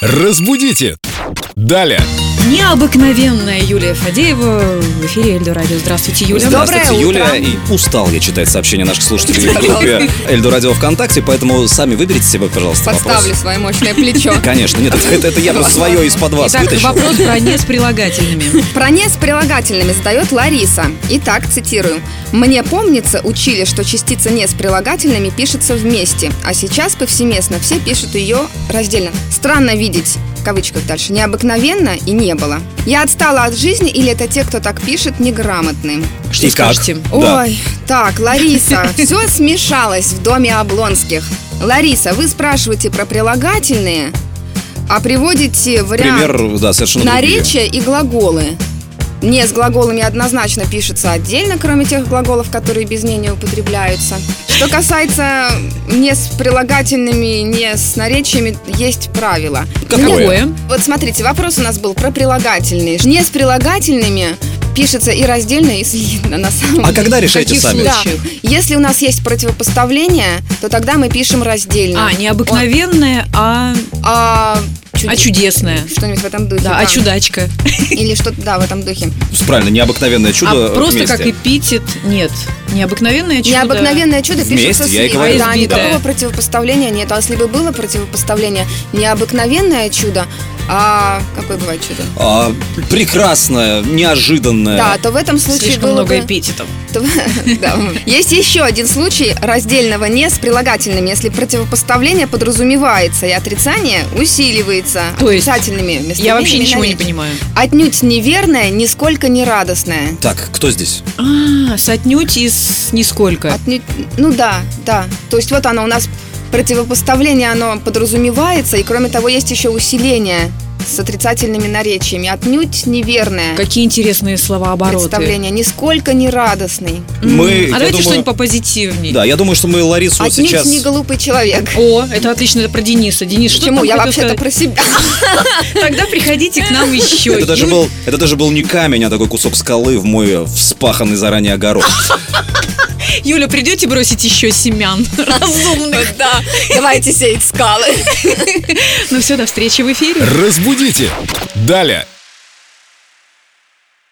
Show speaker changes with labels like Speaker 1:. Speaker 1: Разбудите! Далее!
Speaker 2: Необыкновенная Юлия Фадеева в эфире Эльдо Радио. Здравствуйте, Юля.
Speaker 3: Здравствуйте,
Speaker 2: Доброе
Speaker 3: Юля.
Speaker 2: утро.
Speaker 3: И устал я читать сообщения наших слушателей в группе Эльду Радио ВКонтакте, поэтому сами выберите себе, пожалуйста,
Speaker 4: Подставлю
Speaker 3: вопрос.
Speaker 4: свое мощное плечо.
Speaker 3: Конечно, нет, это, это я просто свое из-под вас
Speaker 2: Итак,
Speaker 3: вытащил.
Speaker 2: вопрос про не с прилагательными.
Speaker 4: Про «не» с прилагательными задает Лариса. Итак, цитирую. «Мне помнится, учили, что частица «не» с прилагательными пишется вместе, а сейчас повсеместно все пишут ее раздельно. Странно видеть, в кавычках дальше, необыкновенно и не было. Я отстала от жизни или это те, кто так пишет, неграмотные?
Speaker 2: Что
Speaker 3: И как?
Speaker 2: скажете?
Speaker 3: Да.
Speaker 4: Ой, так, Лариса, все смешалось в доме Облонских. Лариса, вы спрашиваете про прилагательные, а приводите вариант
Speaker 3: Пример, да, совершенно другие.
Speaker 4: наречия и глаголы. Не с глаголами однозначно пишется отдельно, кроме тех глаголов, которые без «не» не употребляются. Что касается не с прилагательными, не с наречиями, есть правило.
Speaker 3: Какое?
Speaker 4: Вот смотрите, вопрос у нас был про прилагательные. Не с прилагательными пишется и раздельно, и слитно, на самом
Speaker 3: А
Speaker 4: деле.
Speaker 3: когда решайте
Speaker 2: каких
Speaker 3: сами.
Speaker 2: случаев?
Speaker 4: Да. Если у нас есть противопоставление, то тогда мы пишем раздельно.
Speaker 2: А, необыкновенная, а,
Speaker 4: А, чуде-
Speaker 2: а чудесная.
Speaker 4: Что-нибудь в этом духе.
Speaker 2: Да, а чудачка.
Speaker 4: Или что-то, да, в этом духе.
Speaker 3: Правильно, необыкновенное чудо
Speaker 2: а просто
Speaker 3: вместе.
Speaker 2: как эпитет нет. Необыкновенное чудо.
Speaker 4: Необыкновенное чудо
Speaker 3: Вместе,
Speaker 4: пишется
Speaker 3: я и
Speaker 4: слитно.
Speaker 3: говорю.
Speaker 4: Да,
Speaker 2: Избитое.
Speaker 4: никакого противопоставления нет. А если бы было противопоставление, необыкновенное чудо, а какое бывает чудо?
Speaker 3: А, прекрасное, неожиданное.
Speaker 4: Да, то в этом случае
Speaker 2: Слишком
Speaker 4: было
Speaker 2: много
Speaker 4: бы...
Speaker 2: эпитетов.
Speaker 4: То- да. Есть еще один случай раздельного «не» с прилагательными, если противопоставление подразумевается и отрицание усиливается
Speaker 2: То есть
Speaker 4: отрицательными
Speaker 2: Я
Speaker 4: местоимениями
Speaker 2: вообще ничего не
Speaker 4: наречий.
Speaker 2: понимаю.
Speaker 4: Отнюдь неверное, нисколько не радостное.
Speaker 3: Так, кто здесь?
Speaker 2: А, с отнюдь и с нисколько.
Speaker 4: Отнюдь, ну да, да. То есть вот оно у нас противопоставление, оно подразумевается, и кроме того есть еще усиление с отрицательными наречиями. Отнюдь неверное
Speaker 2: Какие интересные слова обороты.
Speaker 4: А, представление, нисколько не радостный.
Speaker 3: Мы,
Speaker 2: а
Speaker 3: я
Speaker 2: давайте
Speaker 3: думаю-
Speaker 2: что-нибудь попозитивнее.
Speaker 3: Да, я думаю, что мы Ларису
Speaker 4: Отнюдь
Speaker 3: сейчас...
Speaker 4: не глупый человек.
Speaker 2: О, это отлично, это про Дениса. Денис, что
Speaker 4: Почему?
Speaker 2: ты
Speaker 4: Я
Speaker 2: хотел
Speaker 4: вообще-то
Speaker 2: сказать?
Speaker 4: про себя.
Speaker 2: Тогда приходите к нам еще.
Speaker 3: Это даже,
Speaker 2: Юль-
Speaker 3: был, это даже был не камень, а такой кусок скалы в мой вспаханный заранее огород.
Speaker 2: Юля, придете бросить еще семян разумных, да.
Speaker 4: Давайте сеять скалы.
Speaker 2: Ну все, до встречи в эфире.
Speaker 1: Разбудите! Далее!